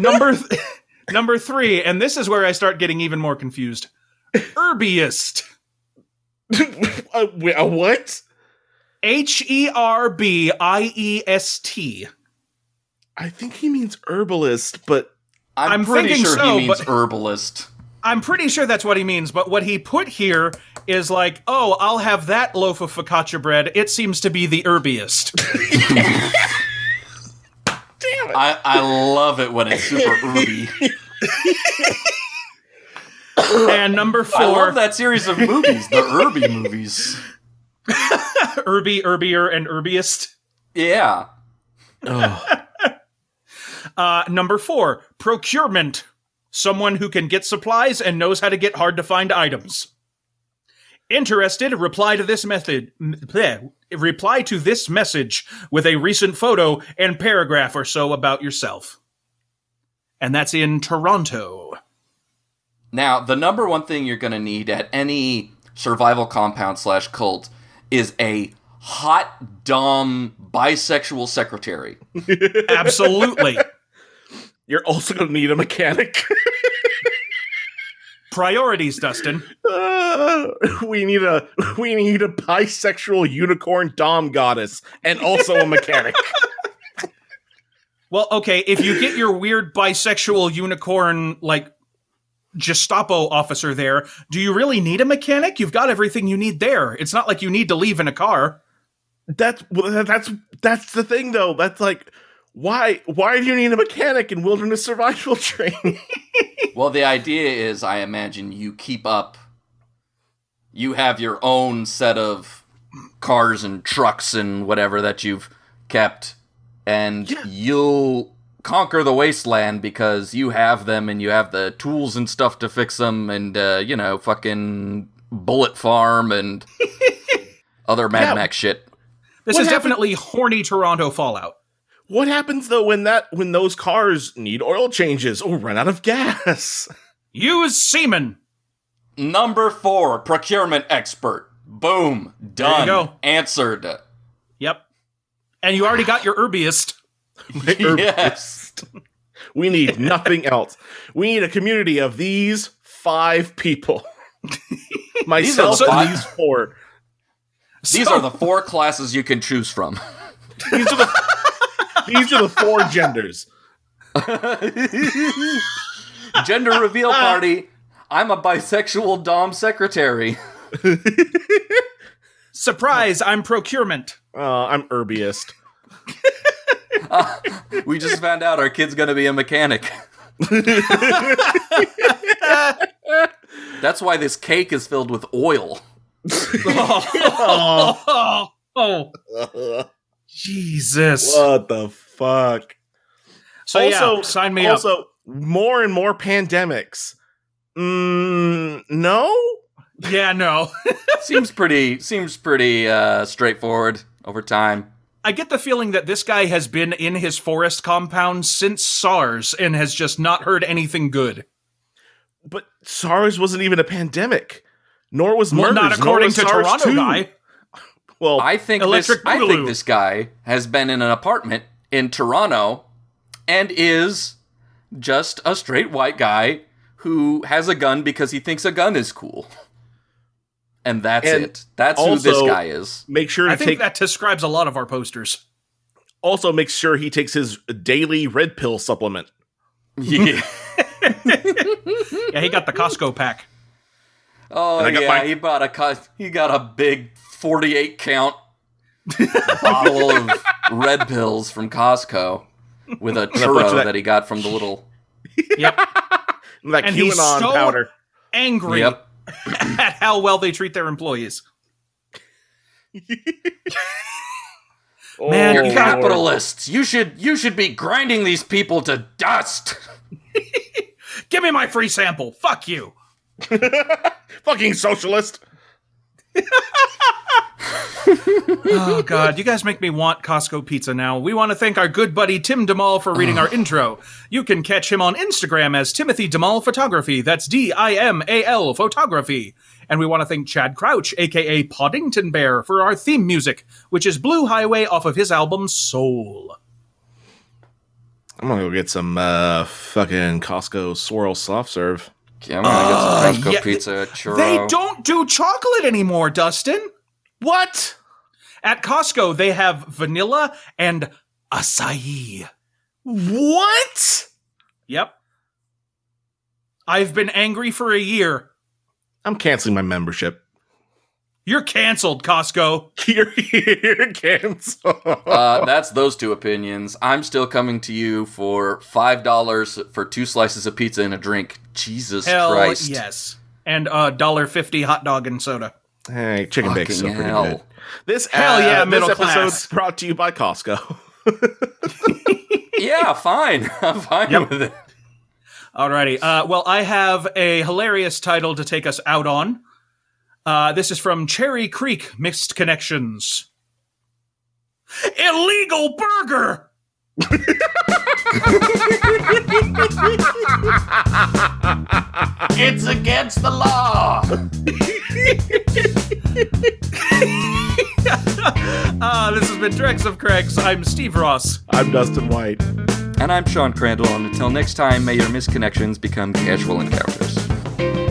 number th- number three, and this is where I start getting even more confused. Herbiest. Uh, wait, uh, what? H E R B I E S T. I think he means herbalist, but I'm, I'm pretty thinking sure so, he means but- herbalist. I'm pretty sure that's what he means, but what he put here is like, oh, I'll have that loaf of focaccia bread. It seems to be the herbiest. I, I love it when it's super herby. and number I four, love that series of movies, the herby movies. herby, herbier, and herbiest. Yeah. oh. Uh, number four, procurement. Someone who can get supplies and knows how to get hard to find items. Interested, reply to this method. m- bleh, reply to this message with a recent photo and paragraph or so about yourself. And that's in Toronto. Now, the number one thing you're going to need at any survival compound slash cult is a hot, dumb, bisexual secretary. Absolutely. you're also gonna need a mechanic. Priorities, Dustin. Uh, we need a we need a bisexual unicorn dom goddess and also a mechanic. Well, okay, if you get your weird bisexual unicorn, like, Gestapo officer there, do you really need a mechanic? You've got everything you need there. It's not like you need to leave in a car. that's well, that- that's that's the thing though. That's like why why do you need a mechanic in wilderness survival training? well, the idea is, I imagine, you keep up. You have your own set of cars and trucks and whatever that you've kept, and you'll conquer the wasteland because you have them and you have the tools and stuff to fix them and, uh, you know, fucking bullet farm and other Mad Yeah. Max shit. This What is happened- definitely horny Toronto Fallout. what happens though when that when those cars need oil changes or run out of gas? Use semen. Number four, procurement expert. Boom. Done. go. Answered. Yep. And you already got your herbiest. yes. We need nothing else. We need a community of these five people. Myself These are the and five- these four. These So- are the four classes you can choose from. These are the these are the four genders. Gender reveal party. I'm a bisexual Dom secretary. surprise. I'm procurement. Uh, I'm herbiest. We just found out our kid's gonna be a mechanic. That's why this cake is filled with oil. oh, oh, oh, oh, Jesus. what the fuck? so also- yeah, sign me up. also, more and more pandemics. Mm, no. Yeah, no. Seems pretty seems pretty uh, straightforward over time. I get the feeling that this guy has been in his forest compound since SARS and has just not heard anything good. But SARS wasn't even a pandemic, nor was Well, murder. not according to Toronto guy. Well, I think this, Electric I think Boogaloo. this guy has been in an apartment in Toronto and is just a straight white guy who has a gun because he thinks a gun is cool. And that's And it. That's who this also- guy is. make sure I to think take. that describes a lot of our posters. also, make sure he takes his daily red pill supplement. Yeah. Yeah, he got the Costco pack. Oh And I got yeah, my- he bought a cu- he got a big forty-eight count bottle of red pills from Costco with a bunch churro of that, that- he got from the little. Yep. Like And he's QAnon so- powder. Angry Yep. at how well they treat their employees. Man, Lord. Capitalists, you should you should be grinding these people to dust. Give me my free sample. Fuck you. fucking socialist. Oh God, you guys make me want Costco pizza now. We want to thank our good buddy Tim Demal for reading our intro. You can catch him on Instagram as Timothy Demal Photography. That's D I M A L Photography. And we want to thank Chad Crouch, aka Poddington Bear, for our theme music, which is Blue Highway off of his album Soul. I'm gonna go get some uh, fucking Costco swirl soft serve. Uh, Yeah, I'm gonna get some Costco yeah, pizza churro. They don't do chocolate anymore, Dustin. What? At Costco, they have vanilla and acai. What? Yep. I've been angry for a year. I'm canceling my membership. You're canceled, Costco. You're, you're canceled. Uh, that's those two opinions. I'm still coming to you for five dollars for two slices of pizza and a drink. Jesus Hell Christ! yes. And a dollar fifty hot dog and soda. hey, chicken Fucking bacon's still pretty hell. good. This uh, Hell yeah, this middle episode's class. brought to you by Costco. Yeah, fine. I'm fine with it. Alrighty. Uh, well, I have a hilarious title to take us out on. Uh, this is from Cherry Creek Mixed Connections. Illegal burger. It's against the law. Ah, this has been Drex of Craigs. I'm Steve Ross. I'm Dustin White. And I'm Sean Crandall, and until next time, may your misconnections become casual encounters.